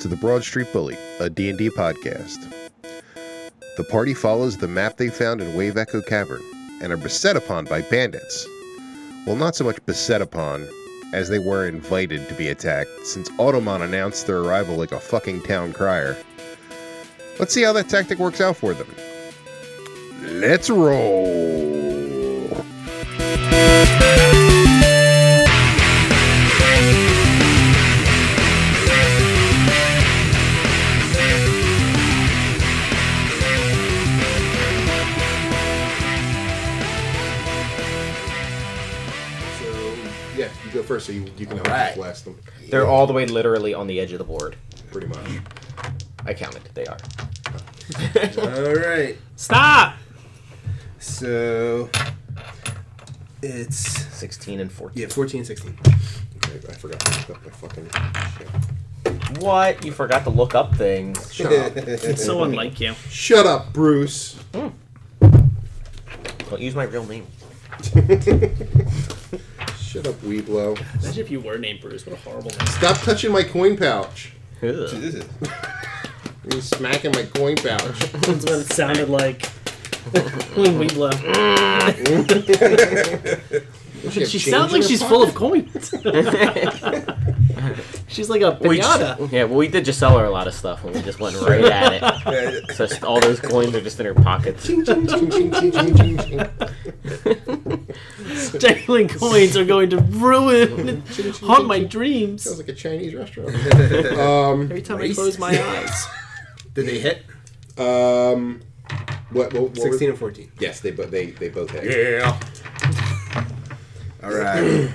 to the Broad Street Bully, a D&D podcast. The party follows the map they found in Wave Echo Cavern and are beset upon by bandits. Well, not so much beset upon as they were invited to be attacked since Automon announced their arrival like a fucking town crier. Let's see how that tactic works out for them. Let's roll. So yeah, you go first, so you, you can Alright. blast them. They're all the way literally on the edge of the board. pretty much. I counted. They are. All right. Stop! So it's 16 and 14. yeah, 14, 16. Okay, I forgot to look up my fucking shit. What? You forgot to look up things. It's so unlike you. Shut up, Bruce. Don't use my real name. Shut up, Weeblo. Imagine if you were named Bruce. What a horrible name. Stop touching my coin pouch. Ugh. This is You're smacking my coin pouch. That's what it sounded like when we left. have She change sounds in like her she's full of coins. she's like a We just- pinata. yeah, well, we did just sell her a lot of stuff, and we just went right at it. So s- all those coins are just in her pockets. Dangling coins are going to ruin, haunt my Sounds dreams like a Chinese restaurant. every time I close my eyes. Did they hit? Um, what? what, what were- 16 and 14. Yes, they both they they both hit. Yeah. All right.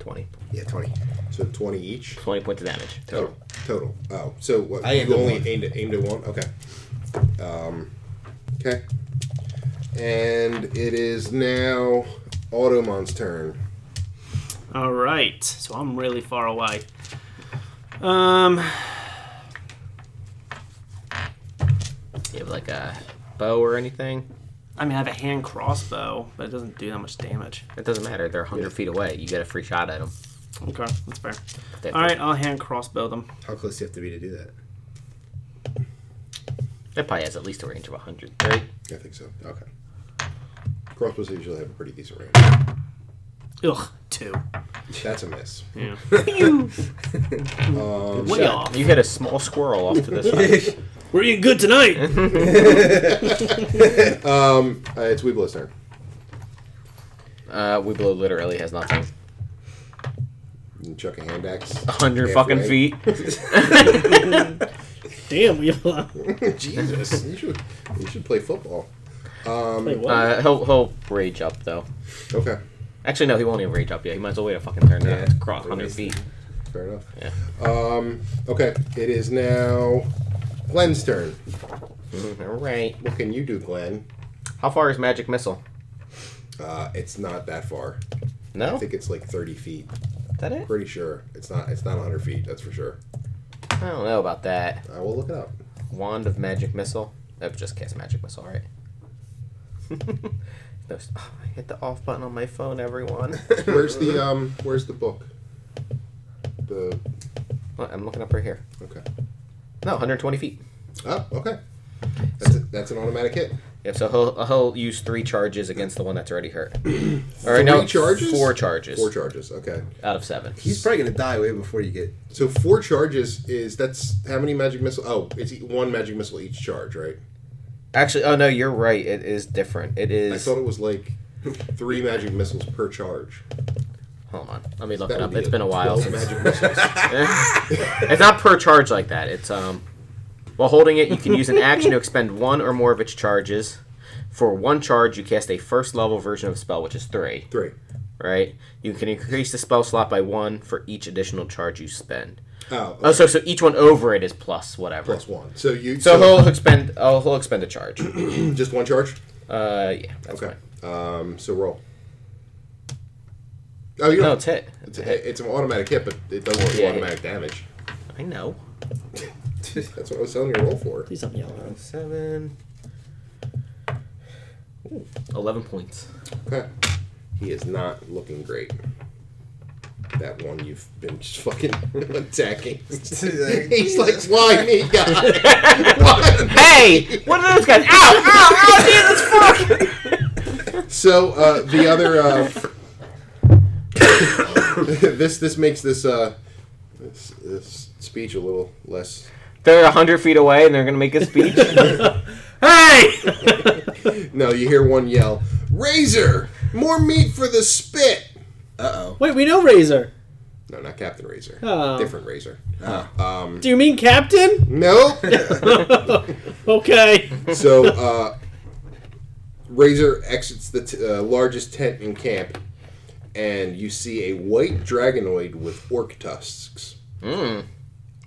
20. Yeah, 20. So twenty each 20 points of damage. total. Total. Oh, so what? I you aimed at only one. aimed at aimed at one. Okay. Um, okay. And it is now Automon's turn. All right, so I'm really far away. Um, You have like a bow or anything? I mean, I have a hand crossbow, but it doesn't do that much damage. It doesn't matter. They're 100 feet away. You get a free shot at them. Okay, that's fair. All right, I'll hand crossbow them. How close do you have to be to do that? That probably has at least a range of 100, right? I think so. Okay. Crossbows usually have a pretty decent range. Ugh, two. That's a miss. Yeah. Um, Way Yeah, off. You hit a small squirrel off to the side. We're eating good tonight. um, uh, it's Weeblo's turn. Uh, Weeblo literally has nothing. You can chuck a hand axe. 100 halfway. fucking feet. Damn, we have a lot. Jesus, you should you should play football. Um, Wait, what? Uh, Oh. he'll, he'll rage up, though. Okay, Actually, no, he won't even rage up yet. He might as well wait a fucking turn Yeah. yeah. to cross 100 feet. fair enough. Yeah. Um, okay, it is now Glenn's turn. All right. What can you do, Glenn? How far is magic missile? Uh, it's not that far. No? I think it's like 30 feet. Is that it? Pretty sure it's not. It's not 100 feet. That's for sure. I don't know about that. I will look it up. Wand of magic missile. Oh, just cast magic missile, right? no, s- oh, I hit the off button on my phone, everyone. Where's the um? Where's the book? The Look, I'm looking up right here. okay. No, 120 feet. Oh, okay. That's, a, that's an automatic hit. Yep, so he'll, he'll use three charges against the one that's already hurt. All right, no, Three charges? Four charges. Four charges. Okay. out of seven. He's probably going to die way before you get. So four charges is that's how many magic missile? Oh, it's e- one magic missile each charge, right? Actually, oh no, you're right. It is different. It I is. thought it was like three magic missiles per charge. Hold on, let me look That it up. would be It's a been a while 12 since. magic missiles. it's not per charge like that. It's um, while holding it, you can use an action to expend one or more of its charges. For one charge, you cast a first level version of a spell, which is three. Three. Right? You can increase the spell slot by one for each additional charge you spend. Oh, Oh, okay. so so each one over it is plus whatever. plus one. So you So he'll expend. Oh, he'll expend a charge. just one charge. Uh, yeah. That's Okay. Fine. Um. So roll. Oh, you No, know, it's hit. it's, a- it's an automatic hit, but it doesn't do Yeah, automatic damage. I know. That's what I was telling you to roll for. Please don't yell at us. Seven. Ooh, Eleven points. Okay. He is not looking great. that one you've been just fucking attacking. Like, He's like, why me, God? Why? Hey, what are those guys? Ow! Ow! Ow! Jesus fuck! So uh, the other uh, this this makes this uh this, this speech a little less. They're hundred feet away, and they're gonna make a speech. Hey! No, you hear one yell, "Razor, more meat for the spit!" uh oh. Wait, we know Razor. No, not Captain Razor. Oh. Different Razor. Oh. Um, Do you mean Captain? nope. Okay. so uh, Razor exits the t- uh, largest tent in camp, and you see a white dragonoid with orc tusks. mm, Uh,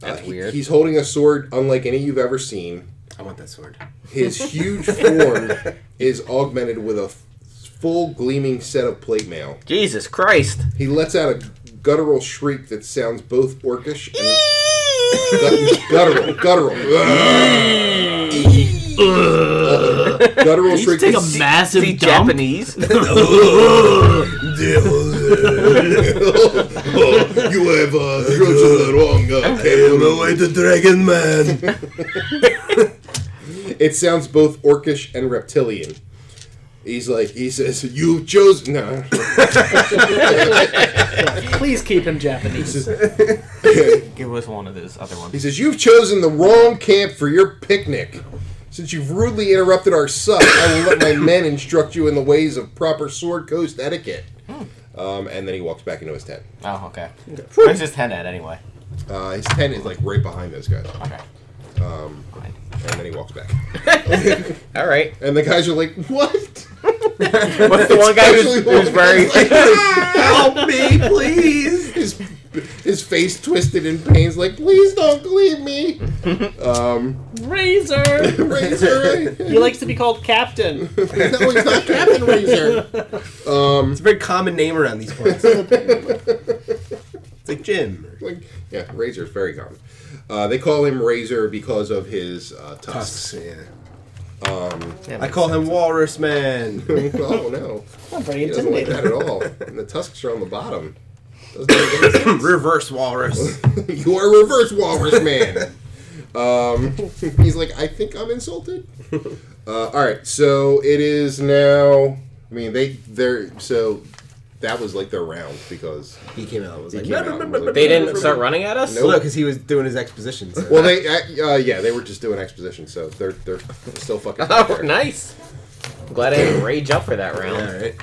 that's he- weird. He's holding a sword unlike any you've ever seen. I want that sword. His huge form is augmented with a f- full gleaming set of plate mail. Jesus Christ! He lets out a guttural shriek that sounds both orcish and Gut- guttural, guttural. guttural You shriek. take that a massive See dump. Japanese. you have uh, drugs on uh, the wrong uh, table. the Dragon Man. It sounds both orcish and reptilian. He's like, he says, you chose. No. Please keep him Japanese. Give us one of those other ones. He says, You've chosen the wrong camp for your picnic. Since you've rudely interrupted our sup, I will let my men instruct you in the ways of proper Sword Coast etiquette. Um, and then he walks back into his tent. Oh, okay. Where's his ten at anyway? Uh, his tent is like right behind those guys. Okay. And then he walks back. All right. And the guys are like, What? What's the one guy who's, Actually, who's very? Help me, please. his, his face twisted in pain's like, Please don't leave me. um, Razor. Razor. He likes to be called Captain. no, he's not Captain Razor. Um, It's a very common name around these parts. it's like Jim. or like, yeah, Razor's very common. Uh, they call him Razor because of his uh, tusks. Tusks. Yeah. Um, I call him Walrus Man. oh no, I'm very he doesn't like intimidated. that at all. And the tusks are on the bottom. Doesn't make any sense. Reverse Walrus. you are a reverse walrus man. um, he's like, I think I'm insulted. Uh, all right, so it is now. I mean, they they're so that was like their round because He came out. and Was like, came out and was like, They didn't start running at us. No, because he was doing his exposition. so- well they uh, uh, yeah they were just doing exposition, so they're they're still fucking. Oh, nice. I'm glad I didn't rage up for that round. All right.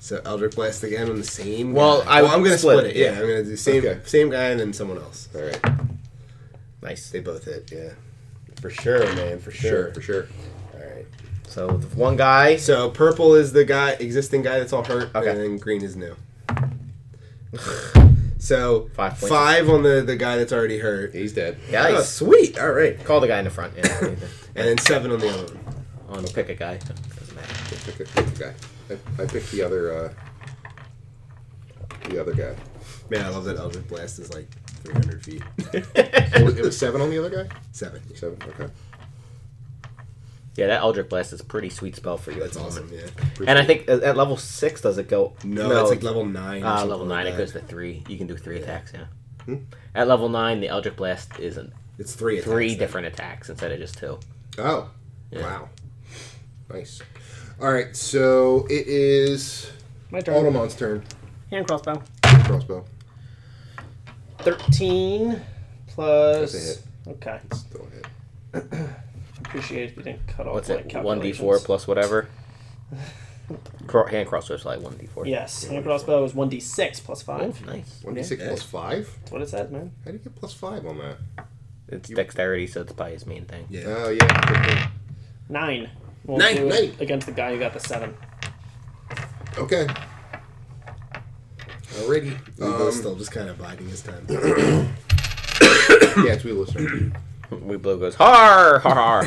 So Elder Blast again on the same. Well, guy. I well, I'm gonna split split, it, it. Yeah, yeah. I'm gonna do same Okay. same guy and then someone else. All right, Nice. They both hit. Yeah, for sure, man. For sure sure. for sure. All right. So the one guy. So purple is the guy existing guy that's all hurt, Okay. and then green is new. So Five points. five on the the guy that's already hurt. He's dead. Oh, Nice. sweet. All right. Call the guy in the front. Yeah. And then seven on the other one. oh, no, pick a guy. Doesn't matter. Pick a- pick a guy. I, I picked the other uh, the other guy. Man, I love that Elder Blast is like 300 feet. It was- it was seven on the other guy. Seven. Seven. Okay. Yeah, that Eldritch Blast is a pretty sweet spell for you. That's at the awesome. moment. Yeah. And I think at at level six, does it go? No, that's like level nine. or Uh, something level like nine, it that. goes to three. You can do three attacks. Yeah. At level nine, the Eldritch Blast is an It's three. attacks three then. different attacks instead of just two. Oh, Yeah. wow. Nice. All right, so it is My turn. Automon's turn. Hand crossbow. Crossbow. Thirteen plus. That's a hit. Okay. Still a hit. Appreciate if you didn't cut off What's my it? One d four calculations. plus whatever. Cro- hand crossbow is like one d four. Yes, hand crossbow is one d six plus five. nice. One d six Yeah. plus five. That's what it says, man. How do you get plus five on that? It's dexterity, so it's probably his main thing. Yeah. Oh yeah. good thing. Nine. We'll Nine, do it nine. against the guy who got the seven. Okay. Alrighty. We both Um, still just kind of biding his time. yeah, it's we listen. We blow goes har har har.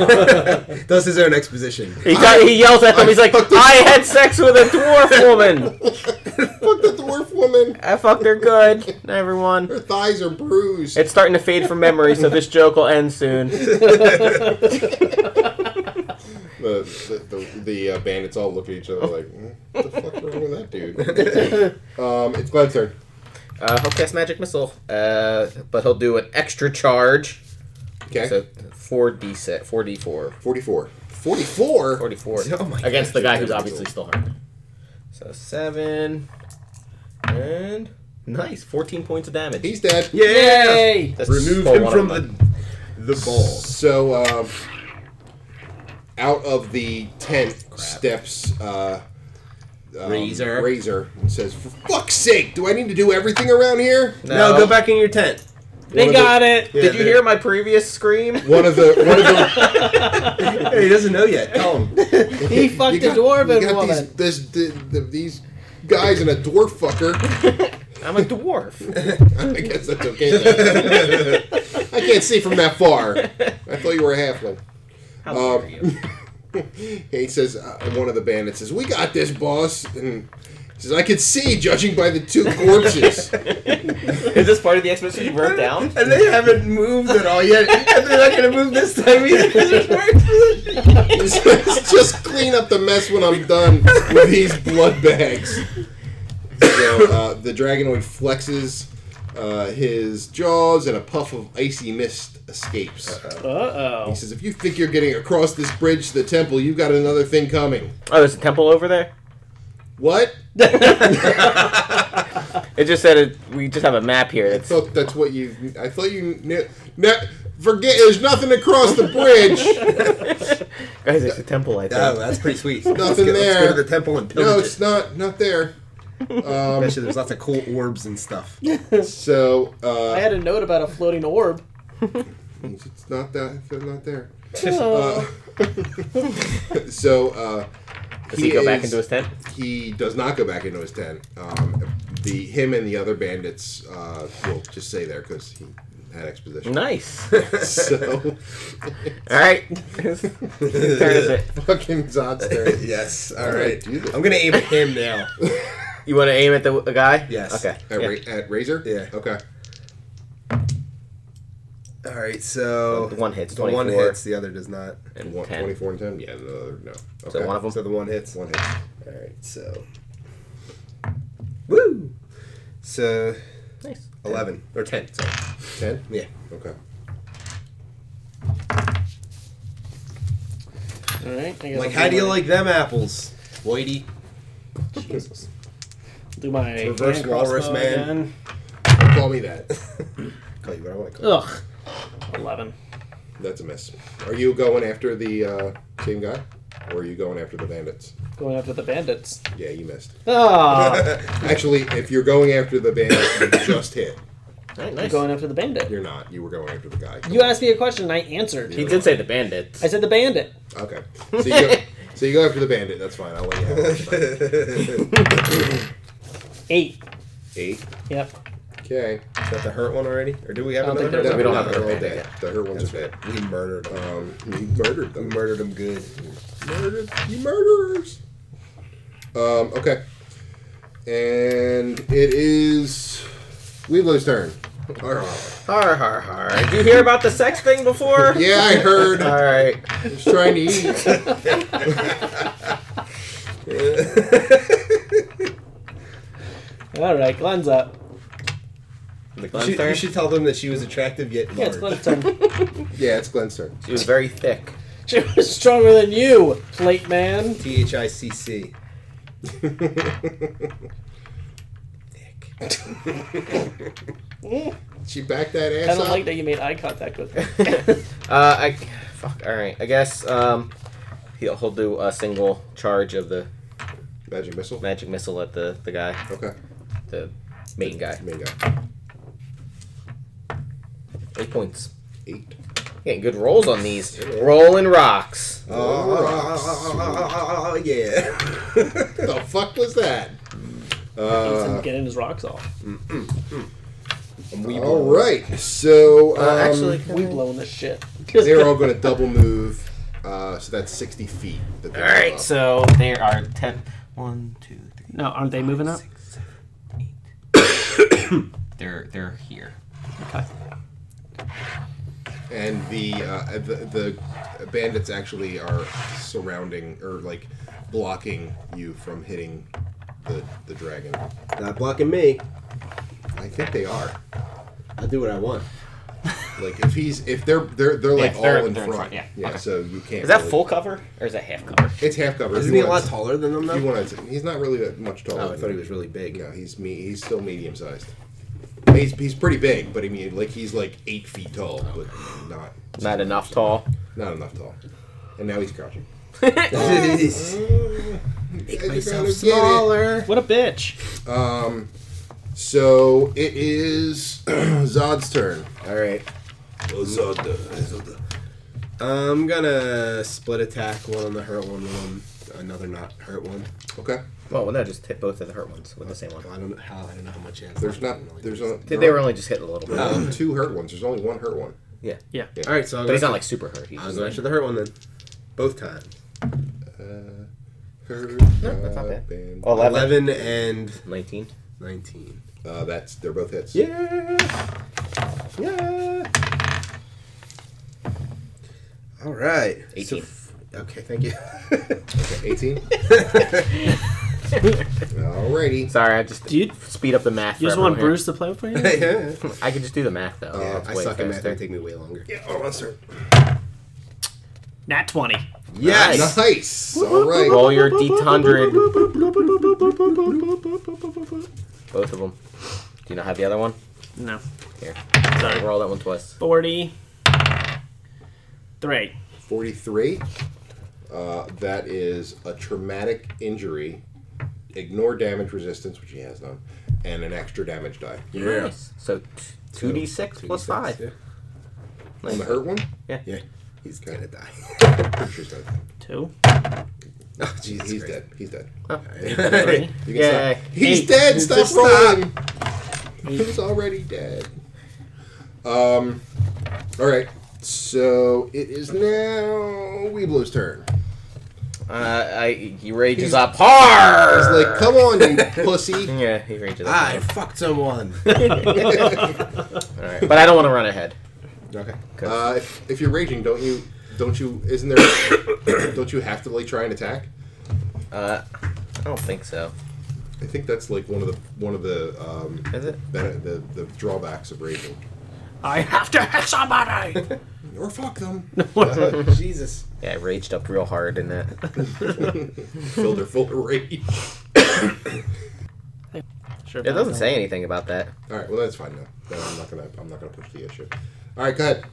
Does his own exposition. he, got, he yells at them. He's like, I had sex with a dwarf woman. Fuck the dwarf woman. I fucked her good. Everyone. Her thighs are bruised. It's starting to fade from memory, so this joke will end soon. the the, the, the uh, bandits "Hmm, all look at each other like, what the fuck's wrong with that dude? um, it's Glenn's turn. Uh, he'll cast Magic Missile, uh, but he'll do an extra charge. Okay. So four d set, four d four, 44. 44? forty four Oh my against God, the you're guy who's brutal. obviously still harmed. So seven and nice, fourteen points of damage. He's dead. Yay! That's Remove full him one from of the the ball. So, um, out of the tent steps uh, um, Razor. Razor and says, For fuck's sake, do I need to do everything around here? No. go back in your tent. They One of the- got it. Yeah, Did you there- hear my previous scream? One of the. One of the Hey, he doesn't know yet. Tell him. He fucked a dwarven woman. These, this, th th these guys and a dwarf fucker. I'm a dwarf. I guess that's okay. then. I can't see from that far. I thought you were a halfling. How dare you? He says, uh, one of the bandits says, "We got this, boss." And he says, "I can see, judging by the two corpses." Is this part of the expedition you wrote down? And they haven't moved at all yet. And they're not gonna move this time either. 'cause there's more exposition. Just just clean up the mess when I'm done with these blood bags. So uh, the dragonoid flexes uh, his jaws, and a puff of icy mist escapes. Uh oh. He says, "If you think you're getting across this bridge to the temple, you've got another thing coming." Oh, there's a temple over there. What? It just said it, we just have a map here. I That's thought that's what you. I thought you knew. No, forget. There's nothing across the bridge. guys, it's a temple. I think. Oh, that's pretty sweet. let's, Nothing go, let's go there. to the temple and pillage no, it. it's not. Not there. Um, Especially there's lots of cool orbs and stuff. so I uh, had a note about a floating orb. it's not that. They're not there. Oh. Uh, so uh, Does he, go back is- into his tent? He does not go back into his tent. Um, the him and the other bandits. Uh, we'll just say there because he had exposition. Nice. So All right. Whose turn is it? fucking Zodster. yes. All Alright, right. do this. I'm gonna aim at him now. You want to aim at the, the guy? Yes. Okay. At, Yeah. Ra- at Razor. Yeah. Okay. All right. So The one hits. the one 24 hits, the other does not. And One, 10. 24 and 10? Yeah, the other, no. So one of them. So the one hits. One hit. All right. So. Woo. So nice. eleven or ten. Sorry. 10? Yeah. Okay. All right. I guess I'll Like, how do you my- like them apples, Whitey? Jesus. Do my Reverse hand walrus crossbow man. Again. Call me that. Call you what I want to call. Ugh. Eleven. That's a miss. Are you going after the uh, same guy? Or are you going after the bandits? Going after the bandits. Yeah, you missed. Ah. Actually, if you're going after the bandits, you just hit. All right, I'm nice. going after the bandit. You're not. You were going after the guy. You asked me a question and I answered. He did say the bandits. I said the bandit. Okay. So you, go, so you go after the bandit. That's fine. I'll let you have it. it. Eight. Eight. Yep. Okay. Is that the hurt one already? Or do we have I don't another think hurt there's No, we don't no, have they're the all bandit dead. The hurt ones are dead. one? We murdered him. Um, you murdered We them. murdered him good. Murdered. You murderers. Um, okay. And it is Weeblo's turn. Har har har. Did you hear about the sex thing before? Yeah, I heard. All I right. was trying to eat. All right. Glenn's up. The You Glenn's should, turn. you should tell them that she was attractive yet Yeah, it's large. Glenn's turn. Yeah, it's Glenn's turn. She was very thick. she was stronger than you, plate man. T H I C C. She backed that I ass don't up. like that you made eye contact with me. uh, I fuck. All right. I guess um, he'll, he'll do a single charge of the Magic missile. magic missile at the the guy, Okay. the main guy. Main guy. Eight points. Eight. Getting good rolls on these. Rolling rocks. Oh, yeah. the fuck was that? Uh, He's getting his rocks off. All right. So um, Uh, actually, We blowing this shit. they're all going to double move. Uh, so that's sixty feet. That they All right. move up. So there are ten. One, two, three. No, aren't they moving up? They're they're here. and the, uh, the the bandits actually are surrounding or like blocking you from hitting the the dragon. Not blocking me. I I think they are. I'll do what I want. Like if he's if they're they're they're like if they're- all in they're in front. front, yeah. Okay. So you can't. Is that really- full cover or is that half cover? It's half cover. Isn't he a lot taller than them, though? He wanted to, he's not really that much taller. oh, I than thought he me. was really big. No, he's me. He's still medium sized. He's he's pretty big, but I mean, like he's like eight feet tall, but not Not enough tall. not enough tall. And now he's crouching. Make Myself smaller. What a bitch. So it is Zod's turn. All right. I'm gonna split attack one on the hurt one, one another not hurt one. Okay. Well, no, just hit both of the hurt ones with the same one. I don't know how. I don't know how much. he has There's left. not. There's a, They, they were only just hitting a little bit. there are two hurt ones. There's only one hurt one. Yeah. Yeah. All right, so I'll But go, he's for, not like super hurt. He's I'll just go like, after the hurt one then, both times. Hurt, No, that's not bad. band. Oh, 11. Eleven and 19. nineteen. Uh, that's they're both hits. Yeah. Yeah. All right. So 18. f- okay, thank you. Okay, 18. Alrighty. Sorry, I just Do you- speed up the math. You for just want everyone Bruce to play for you? yeah, here. I could just do the math though. It's I way suck at math. It faster. would take me way longer. Yeah, hold on, sir. Nat 20. Yes. Nice. Nice. All right. Roll your d100. Both of them. Do you not have the other one? No. Here. Sorry. Roll that one twice. 43. 43. Uh, that is a traumatic injury. Ignore damage resistance, which he has none, and an extra damage die. Yeah. Nice. So t- 2d6 plus 5. Yeah. On the hurt one? Yeah. He's gonna die. Pretty sure he's dead. 2. Oh, Jesus He's Christ. dead. He's dead. Alright. You can Oh, Yeah. stop. He's Eight. dead. Stop Just rolling. He was already dead. Um. All right. So it is now Weeblo's turn. Uh, I, he rages up hard. It's like, come Ah. on, you pussy. Yeah, he rages up. I hard. fucked someone. All right. But I don't want to run ahead. okay. Uh, if, if you're raging, don't you? Don't you? Isn't there? don't you have to like try and attack? Uh, I don't think so. I think that's like one of the one of the um, Is it? ben- the, the drawbacks of raging. I have to hit somebody! Or fuck them. Jesus. Yeah, I raged up real hard in that. Filled her full of rage. Sure, It doesn't say anything about that. All right. Well, that's fine. No, no I'm not gonna. I'm not gonna push the issue. All right. Go ahead.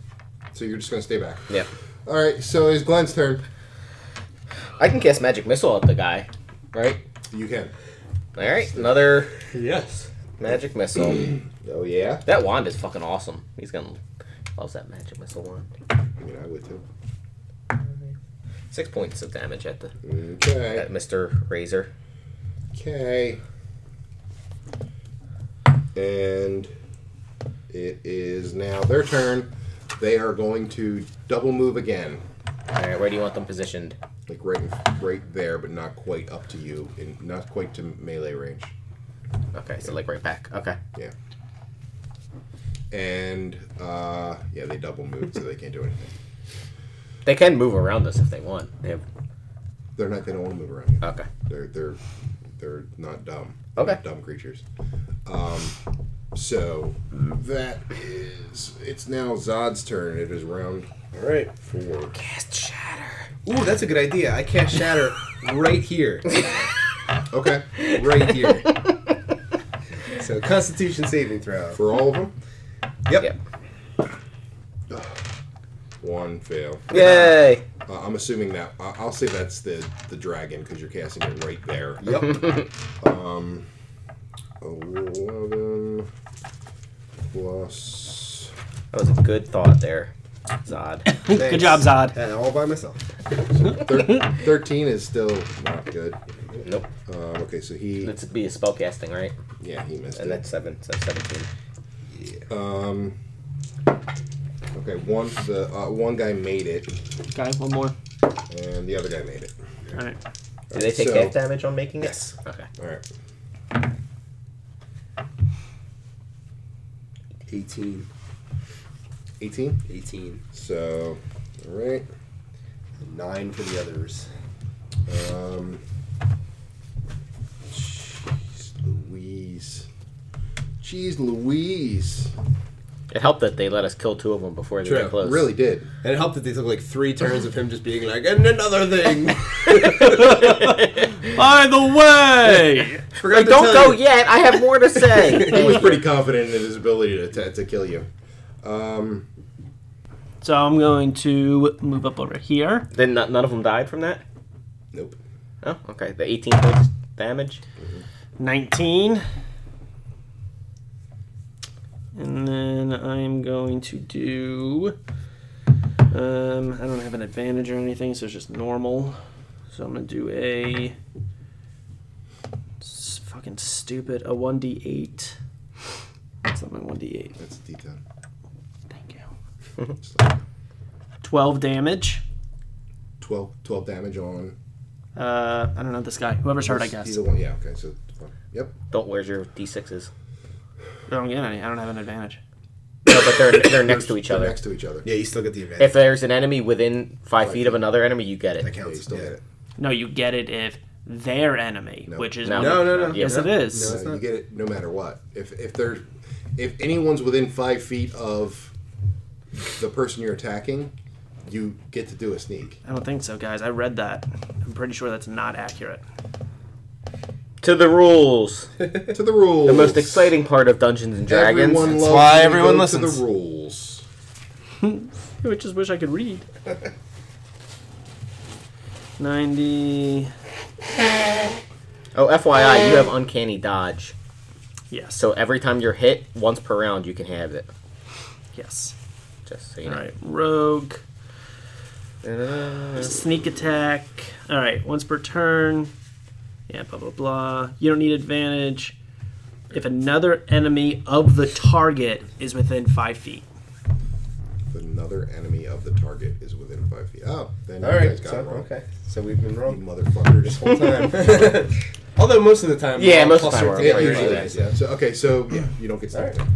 So you're just gonna stay back. Yeah. All right. So it's Glenn's turn. I can cast magic missile at the guy, right? You can. All right, another Yes. magic missile. Oh yeah. that wand is fucking awesome. He's gonna loves that magic missile wand. I mean, I would too. Six points of damage at the at Uh, Okay. Mister Razor. Okay. And it is now their turn. They are going to double move again, All right, where do you want them positioned? like right, in, right there, but not quite up to you, and not quite to melee range. Okay, so like right back. Okay. Yeah. And uh, yeah, they double moved, so they can't do anything. They can move around us if they want. They have, They're not. They don't want to move around. You. okay. They're they're they're not dumb. Okay. Not dumb creatures. Um, so that is it's now Zod's turn. It is round All right. four. Cast shatter. Ooh, that's a good idea. I cast shatter right here. Okay. Right here. so Constitution saving throw. For all of them, Yep. Yep. one fail. Yay! Uh, I'm assuming that I- I'll say that's the the dragon because you're casting it right there. Yep. Um, eleven plus. That was a good thought there, Zod. Good job, Zod. And all by myself. Thir- Thirteen is still not good. nope. Um, okay, so he That's be a spell casting, right? yeah he missed And it. that's seven, so seventeen. Um. Okay, one the uh, one guy made it, Okay, one more. and the other guy made it. Alright. Do they take So- half damage on making it? Yes. Okay. All right. 18. 18. 18. So, all right. Nine for the others. Um, jeez Louise. Jeez Louise. It helped that they let us kill two of them before they True. got close. Really did. And it helped that they took like three turns of him just being like, and another thing. By the way, Forgot Like, to don't tell go you. yet. I have more to He say. was pretty confident in his ability to, to, to kill you. Um, so I'm going to move up over here. then not, none of them died from that. nope. Oh, okay. The 18 points damage. 19. And then I'm going to do. Um, I don't have an advantage or anything, so it's just normal. So I'm going to do a. It's fucking stupid. A 1d8. That's not my 1d8. That's uh, a D10. Thank you. It's like 12 damage. 12, 12 damage on. Uh, I don't know this guy. Whoever's hurt, I He's guess. the one. Yeah, okay. So, yep. Don't where's your d6s? I don't get any. I don't have an advantage. No, but they're they're next to each They're other. Next to each other. Yeah, you still get the advantage. If there's an enemy within five feet of another enemy, you get that it. Yeah, you counts. still yeah. get it. No, you get it if their enemy, which is No. No, no, no. Yeah. Yes, it No, is. it's Uh, you not. get it no matter what. If if they're if anyone's within five feet of the person you're attacking, you get to do a sneak. I don't think so, guys. I read that. I'm pretty sure that's not accurate. To the rules. To the rules. The most exciting part of Dungeons and Dragons. Everyone That's loves why when we everyone go To listens. the rules. I just wish I could read. 90. Oh, FYI, you have uncanny dodge. Yes. So every time you're hit, once per round, you can have it. yes. Just so you All know. right. Rogue. Da-da-da. Sneak attack. All right. Once per turn. Yeah, blah, blah, blah. You don't need advantage if another enemy of the target is within five feet. Another enemy of the target is within five feet. Oh, then All you right. guys got so- it wrong. okay. So we've been You wrong motherfucker. this whole time. Although most of the time. Yeah, we're all most of plus the time or we're Yeah, all minus usually, two. right. yeah. So okay, so yeah, you don't get All right. sneak.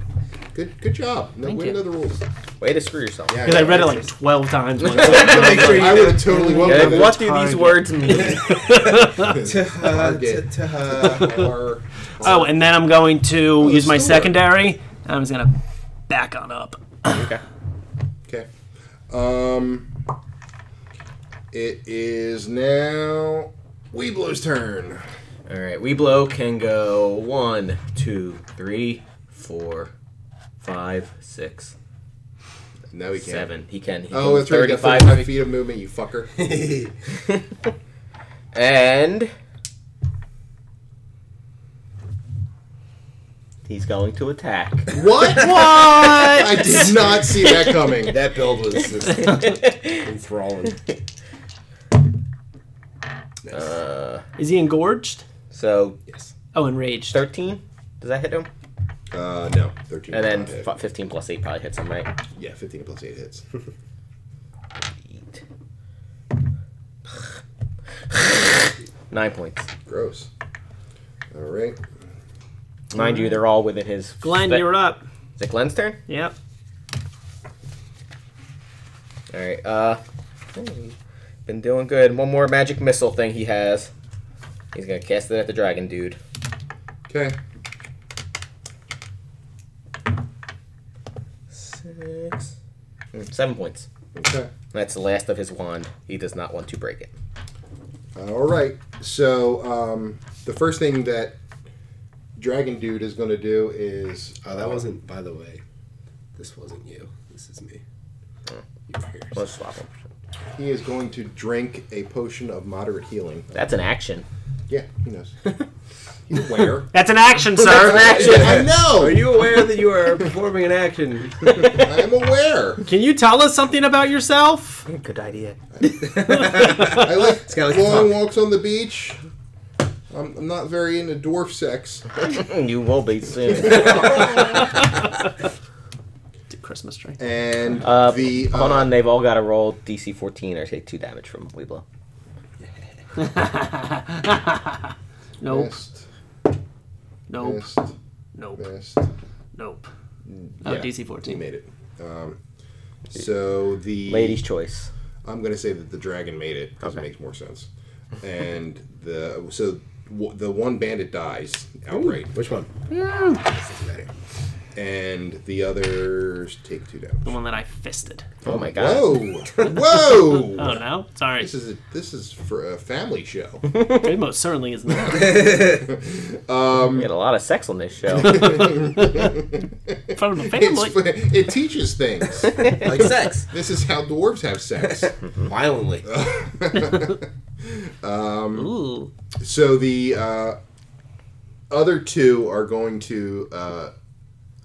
Good, good job. No, Thank we you. know the rules. Way to screw yourself. Yeah, Because I yeah, read it yeah. like oh, 12 times. Once. Make sure you I do would have totally went Yeah, with it. what do these words mean? Target. Or- Oh, and then I'm going to the use my sword. secondary. I'm just gonna back on up. okay. Okay. Um. It is now Weeblo's turn. All right, we blow can go one, two, three, four, five, six, No, he can't. seven. He can. He Oh, can that's right. You got 35 35 feet of movement, you fucker. And he's going to attack. what? what? I did not see that coming. That build was just enthralling. Uh, Is he engorged? so Yes. Oh, enraged. thirteen. Does that hit him? Uh, no, 13. And then plus eight. f- fifteen plus eight probably hits him, right? yeah, 15 plus 8 hits. Eight. Nine points. Gross. All right. Mind you, they're all within his. Glenn, spe- you're up. Is it Glenn's turn? Yep. All right. Uh, hey, been doing good. One more magic missile thing he has. He's gonna cast it at the dragon dude. Okay. Six. Mm, Seven points. Okay. That's the last of his wand. He does not want to break it. Uh, All right. So um, the first thing that Dragon Dude is going to do is Oh, that wasn't. By the way, this wasn't you. This is me. You were here. Let's swap him. he is going to drink a potion of moderate healing. That's an action. Yeah, he knows. He's aware. That's an action, sir. I know. Are you aware that you are performing an action? I'm aware. Can you tell us something about yourself? Good idea. I like kinda like long fuck. walks on the beach. I'm, I'm not very into dwarf sex. you will be soon. Christmas tree. And Uh, the Hold uh, on, they've all got to roll DC 14 or take two damage from Weeblo. Nope. Missed, Nope. missed, Nope. missed. Nope. Oh, Mm. Yeah, DC He 14. made it. Um, so the Lady's choice. I'm going to say that the dragon made it because Okay. it makes more sense. And the so w- the one bandit dies outright, Which one? doesn't matter. and the others take two damage. The one that I fisted. Oh my god. Whoa! Whoa! Oh no, sorry. This is a, this is for a family show. It most certainly is not. We had a lot of sex on this show. In front of a family. It's- it teaches things. Like sex. This is how dwarves have sex. Violently. Ooh. So the uh, other two are going to uh,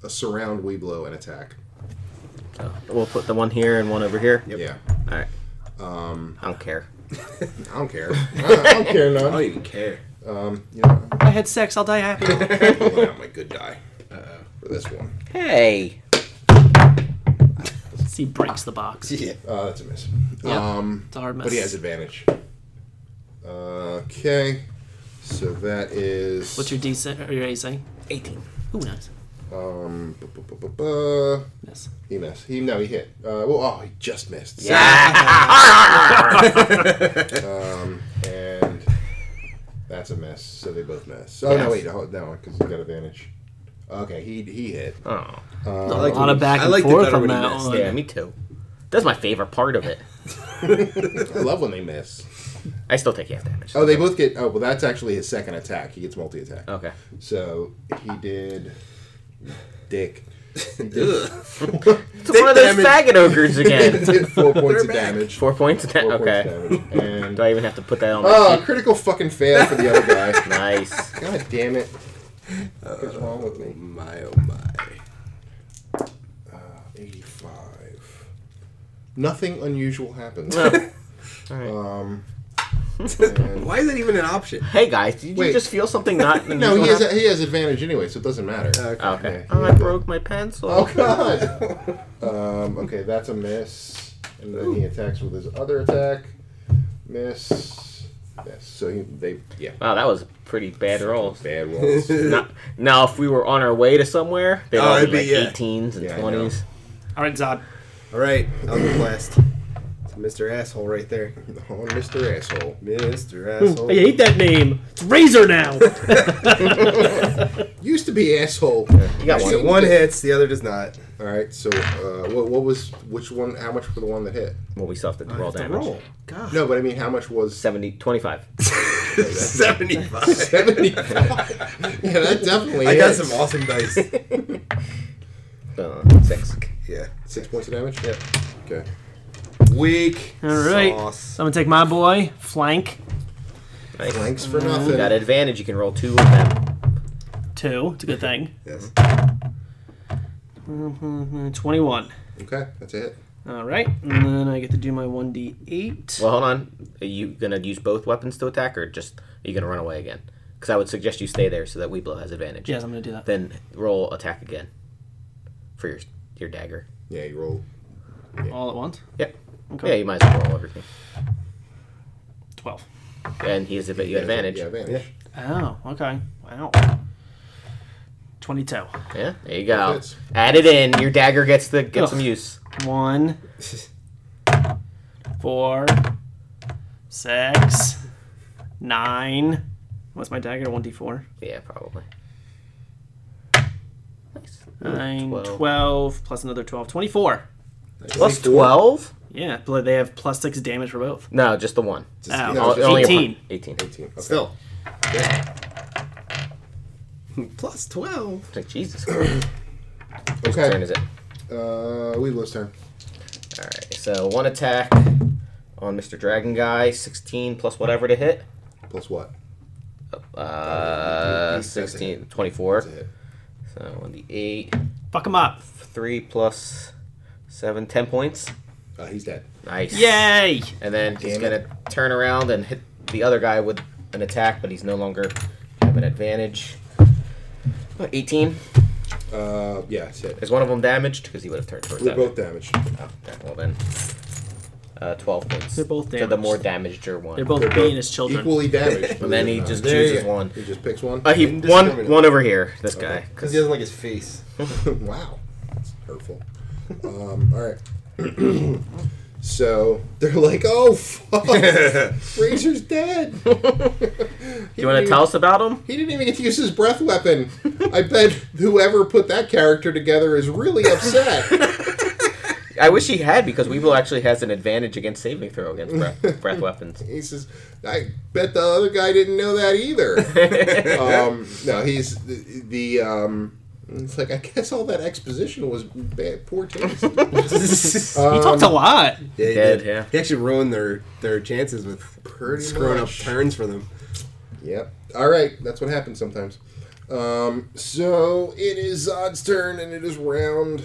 surround Weeblow and attack. we'll put the one here and one over here. Yeah, All right. Um, I don't care. I don't care. I, I don't care I don't none. even care. You know, I had sex. I'll die happy. I'm pulling out my good die uh, for this one. Hey. he breaks the box. Yeah. Uh, that's a miss. Yeah. Um, It's a hard mess. but he has advantage. Okay, so that is What's your DC? Are you raising? 18. Who knows? um. bu- bu- bu- bu- bu- Yes. He missed. He no, he hit. Uh, well, oh, he just missed. Um, And that's a miss. So they both miss. Oh no, wait, oh, no, because he got advantage. Okay, he he hit. Oh. I like a lot of back and forth on that one. Yeah, me too. That's my favorite part of it. I love when they miss. I still take half damage. Oh, they both get. Oh, well, that's actually his second attack. He gets multi attack. Oh. Okay. So he did. Dick. He did, Ugg. It's one of those damage. faggot ogres he again. did four points of back. damage. Four points? Four okay. points of damage. Do And I even have to put that on? my oh, sheet? critical fucking fail for the other guy. Nice. God damn it! What's wrong with me? My oh my. 85. Nothing unusual happens. Um, and- Why is that even an option? Hey guys, did you Wait. just feel something not? no, he unusual has, happen- he has advantage anyway, so it doesn't matter. Okay. Yeah, he I has broke my pencil. Oh, God! um, okay, that's a miss. And then he attacks with his other attack. Miss. Miss. So he, they, yeah. Wow, that was a pretty bad roll. Bad rolls. Now, now, if we were on our way to somewhere, they'd Oh, all be it'd be, like yeah. 18s and Yeah, I know. 20s. All right, Zod. All right, I'm the blast. It's Mr. Asshole right there. Oh, Mr. Asshole. Mr. I Asshole. hate that name. It's Razor now. Used to be asshole. You got So one. one hits, the other does not. All right, so uh, what, what was, which one, how much for the one that hit? Well, we still have to Oh, roll damage. God. No, but I mean, how much was 70, 25. 75. 75. yeah, that definitely I got hits. some awesome dice. Uh, six. Yeah. Six points of damage? Yep. Okay. Weak. All right. Sauce. So I'm gonna take my boy flank Nice. Thanks for You nothing. Mm-hmm. got advantage. You can roll two of them. two. It's a good thing. Yes. Mm, Twenty-one. Okay, that's it. All right, and then I get to do my one d eight. Well, hold on. Are you gonna use both weapons to attack, or just are you gonna run away again? Because I would suggest you stay there so that Weeblow has advantage. Yes, I'm gonna do that. Then roll attack again for your your dagger. Yeah, you roll. All at once. Yep. Okay. Yeah, you might as well roll everything. Twelve. And he has a bit you advantage. Yeah, Yeah, advantage. Oh, okay. Wow. Twenty-two. there you go. That's- Add it in. Your dagger gets the Ugh. gets some use. One, four, six, nine. What's my dagger? One d four. Yeah, probably. Nice. Nine, Twelve. 12. plus another 12. 24. Plus twelve? Yeah, but they have plus 6 damage for both. No, just the one. Just- Ow. no, Oh, just- Only a per- 18. Eighteen. 18. Okay. Still. Yeah. Plus 12. It's like, Jesus. Whose turn Okay. is it? Uh, Weeblo's turn. All right. So one attack on Mr. Dragon Guy, sixteen plus whatever to hit. Plus what? Uh, That's a hit. 16, 24. That's a hit. So 1d8, Fuck them up. 3 plus 7, 10 points. Uh, he's dead. Nice. Yay! And then he's Damn going to turn around and hit the other guy with an attack, but he's no longer have an advantage. Uh, 18. Uh, yeah, it's hit. Is one of them damaged? Because he would have turned towards We're that. both damaged. Oh, okay, well then. Uh, 12 points. They're both To the damaged. more damaged or one. They're both being his children. Equally damaged. and then he believe it or just not. There you chooses go. one. He just picks one. Uh, he, one Indiscriminate. one over here, this guy. Because he doesn't like his face. wow. It's hurtful. Um, all right. so they're like, oh, fuck. Razor's dead. Do you want to tell us about him? He didn't even get to use his breath weapon. I bet whoever put that character together is really upset. I wish he had because Weevil actually has an advantage against saving throw against breath, breath weapons. he says, "I bet the other guy didn't know that either." um, no, he's the. the um, it's like I guess all that exposition was bad, poor taste. Uh, He talked a lot. Yeah, he Dead, did. yeah. He actually ruined their their chances with Pretty screwing much. up turns for them. Yep. All right. That's what happens sometimes. Um, so it is Zod's turn, and it is round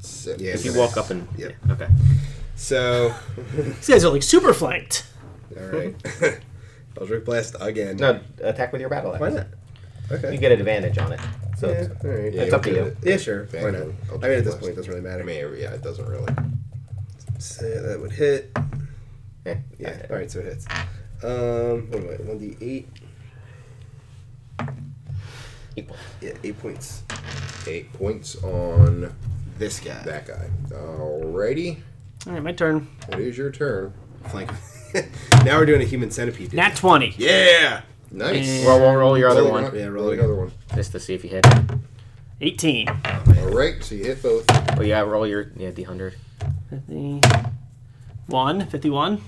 six. Yes. If you walk up and Yep. yeah, okay, So, These guys are like super flanked. all right, Eldritch Blast again. no, attack with your battle axe. why not? You Okay. get an advantage on it. So Yeah, it's- all right. Yeah, Yeah, it's up to you. sure. Why not? Eldritch I mean, at this Blast. point, it doesn't really I matter. mean, yeah, it doesn't really. So that would hit. Yeah. Yeah. All right, so it hits. Um, what am I? One d eight. Equal. Yeah, eight points. Eight points on This guy. that guy. Alrighty. All right, my turn. It is your turn. Flank. now we're doing a human centipede. Nat 20. Yeah. Nice. Roll, roll, roll your other Roll one Yeah, roll roll it another one. just to see if you hit. 18. Alright, so you hit both. Oh yeah, roll your yeah d hundred. 51. 51.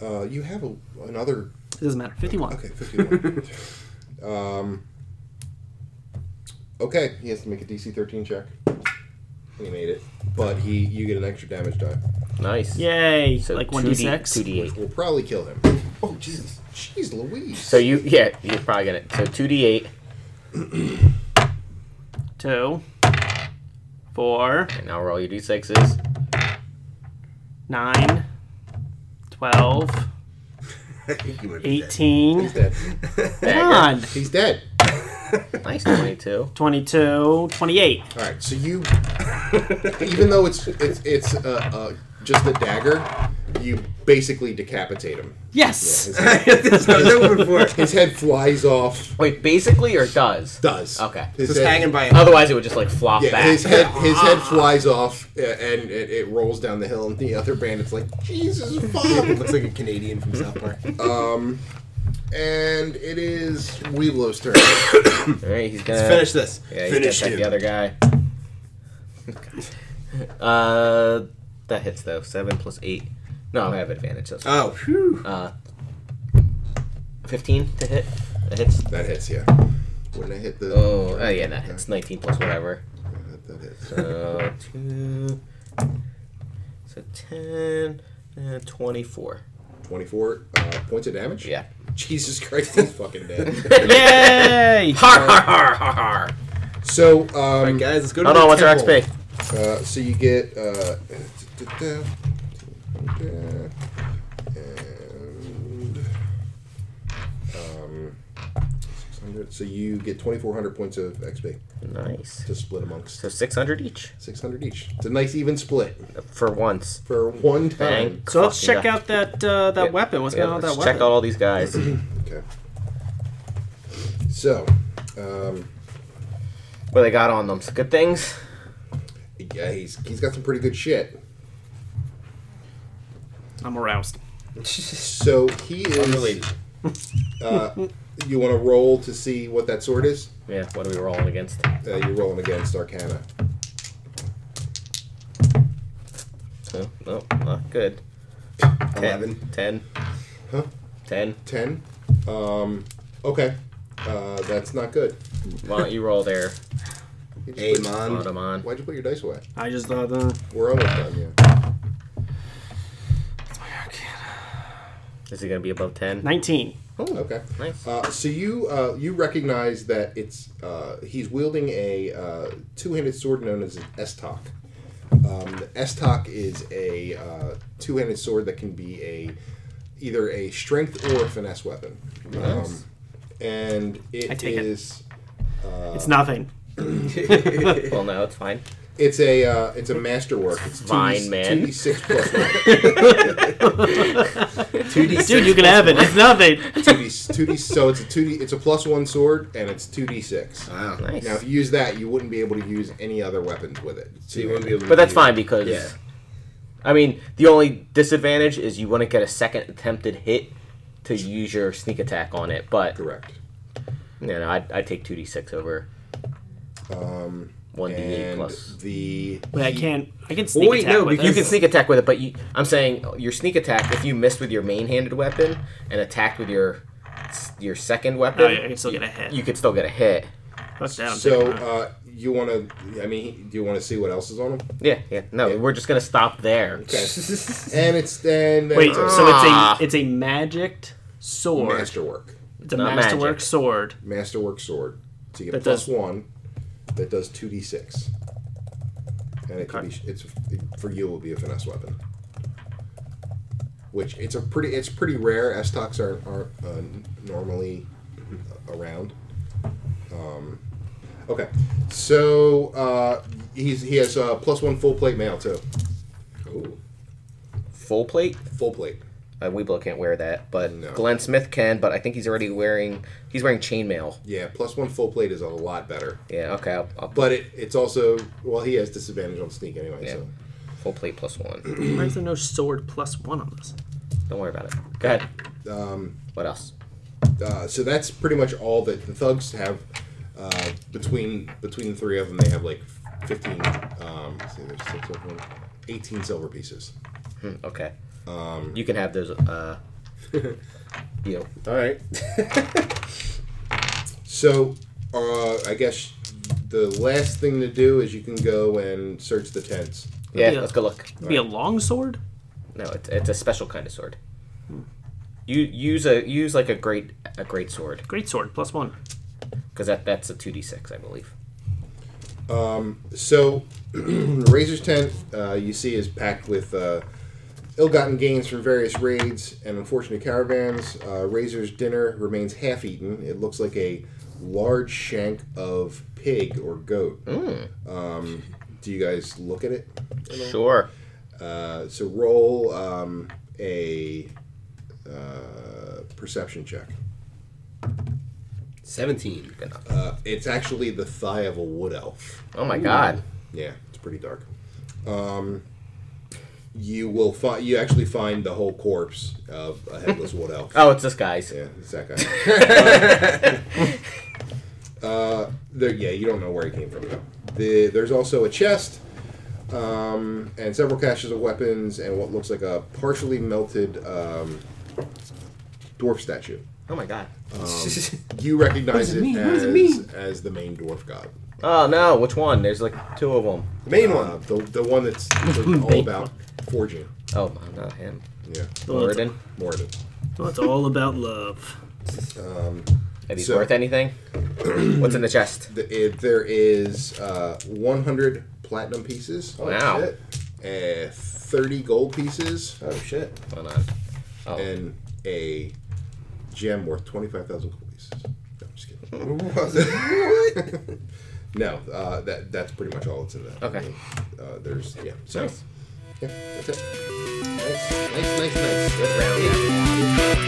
Uh, you have a, another. It doesn't matter. 51. Okay, 51. um, okay, he has to make a DC 13 check. And he made it. But he, you get an extra damage die. Nice. Yay. So like 2D 1d6. Two d eight. We'll probably kill him. Oh, Jesus. Jeez Louise. So you yeah you're probably gonna so two d eight. Two. Four. And now roll your d sixes. Nine. 12. I think you would. 18. He's dead. Come on. He's dead. Nice twenty two. 22. 28. All right, so you, even though it's it's it's uh, uh, just a dagger, you basically decapitate him. Yes. That's what I was hoping for. His head flies off. Wait, basically or does? Does Okay. His Just head- hanging by. Otherwise, it would just like flop Yeah, back. his head his head flies off uh, and it, it rolls down the hill, and the other bandit's like, Jesus fuck! Looks like a Canadian from South Park. and it is Weeblow's turn. All right, he's gonna Let's finish this. Yeah, he's finish gonna attack him. the other guy. uh, that hits though. Seven plus eight. No, I have advantage. So it's- Oh, phew. uh, fifteen to hit. That hits. That hits, yeah. When I hit the Oh, oh yeah, that hits. Nineteen plus whatever. that, that hits. So two. So ten. Uh, Twenty-four. Twenty-four uh, points of damage. Yeah. Jesus Christ, he's fucking dead. Yay. Har har har har har. So, um, All right, guys, let's go to Hold the on, what's our temple. XP? Uh, so you get uh, um, da-da-da, da-da-da, and um, 600. So you get 2,400 points of XP Nice. to split amongst So six hundred each 600 each. It's a nice even split for once. for one Bang. time. So let's Fucking check yeah. out that uh, that Yeah. weapon. What's Yeah, going on with let's that check weapon? out all these guys. Okay. So, um, what they got on them. Some good things. yeah, he's he's got some pretty good shit. I'm aroused. So he is. Unrelated. Uh, you want to roll to see what that sword is? Yeah, what are we rolling against? Uh, you're rolling against Arcana. Oh, no, not good. Ten. Eleven. Ten. Huh? Ten. 10. Um, okay. Uh, that's not good. Why don't you roll there, You just put- Amon. Audemon? Why'd you put your dice away? I just thought uh, We're almost done, yeah. Is he gonna be above ten? 19. Okay. Oh, Nice. Uh, so you uh, you recognize that it's uh, he's wielding a uh, two-handed sword known as an Estok. Um, the Estok is a uh, two-handed sword that can be a either a strength or a finesse weapon. Um, and I it take it. is it's Uh, nothing. Well, no, it's fine. it's a uh, it's a masterwork. It's Fine, man. two d six plus one. Two D. Dude, you can have it. It's nothing. two d two d. So it's a two d. It's a plus one sword, and it's two d six. Wow. Nice. Now, if you use that, you wouldn't be able to use any other weapons with it. So you won't be able. to But that's do- fine because, Yeah. I mean, the only disadvantage is you wouldn't get a second attempted hit to use your sneak attack on it, but Correct. you know, I'd, I'd take 2d6 over Um, 1d8 and plus. the Wait, I heat- can't. I can Well, sneak wait, attack no, with because you can this. sneak attack with it, but you, I'm saying uh, your sneak attack, if you missed with your main handed weapon and attacked with your your second weapon, Oh, yeah, I can still get a hit. you could still get a hit. Fuck that, I'm So taking that. uh, you want to? I mean, do you want to see what else is on him? Yeah, yeah. No, Yeah. we're just going to stop there. Okay. and it's then uh, Wait, it's so it's Ah. a it's a magic sword. masterwork, It's a Not masterwork magic. sword. masterwork sword. So you get a That plus does- one. That does two d six. And it could be. It's for you. It will be a finesse weapon. Which it's a pretty. It's pretty rare. S tox aren't, aren't uh, normally around. Um, okay, so uh, he's he has uh, plus one full plate mail too. Ooh, Full plate? full plate. Uh, Weeblo can't wear that, but No. Glenn Smith can. But I think he's already wearing he's wearing chainmail. Yeah, plus one full plate is a lot better. Yeah, okay, I'll, I'll But it, it's also well, he has disadvantage on sneak anyway. Yeah. So full plate plus one. Why is there no sword plus one on this? Don't worry about it. Go ahead. um, What else? uh, so that's pretty much all that the thugs have. Uh, between between the three of them, they have like fifteen. Um, let's see, there's six of them. Eighteen silver pieces. Hmm, Okay. Um, you can have those. Uh, you. All right. so, uh, I guess the last thing to do is you can go and search the tents. Yeah, Yeah. let's go look. It'd be a long sword. No, it's, it's a special kind of sword. Hmm. You use a use like a great a great sword Great sword plus one. because that that's a two d six I believe. So, Razor's tent uh, you see is packed with uh, ill-gotten gains from various raids and unfortunate caravans. Uh, Razor's dinner remains half-eaten. It looks like a large shank of pig or goat. Um, do you guys look at it? Sure. Uh, so roll um, a uh, perception check. Seventeen. Good enough. Uh, it's actually the thigh of a wood elf. Oh my god. Yeah, it's pretty dark. Um, you will find you actually find the whole corpse of a headless wood elf. Oh, it's this guy's. Yeah, it's that guy. uh, there, yeah, you don't know where he came from though. The, there's also a chest um, and several caches of weapons and what looks like a partially melted um, dwarf statue. Oh my god. Um, You recognize it it, mean? What does as, it mean? as the main dwarf god. Oh no, which one? There's like two of them. The main Uh, the, the one that's all about forging. Oh, not him. Yeah, Moradin. more of it. Well, it's all about love. Are these So- worth anything? What's in the chest? The, it, there is uh, 100 platinum pieces. Oh, Wow. shit. Uh, 30 gold pieces Oh shit. Hold on. Oh, and a gem worth 25,000 gold pieces. No, I'm just kidding. no, uh, that that's pretty much all that's in that. Okay. Uh, there's yeah. So Nice. yeah, that's it. Nice, nice, nice, nice. round.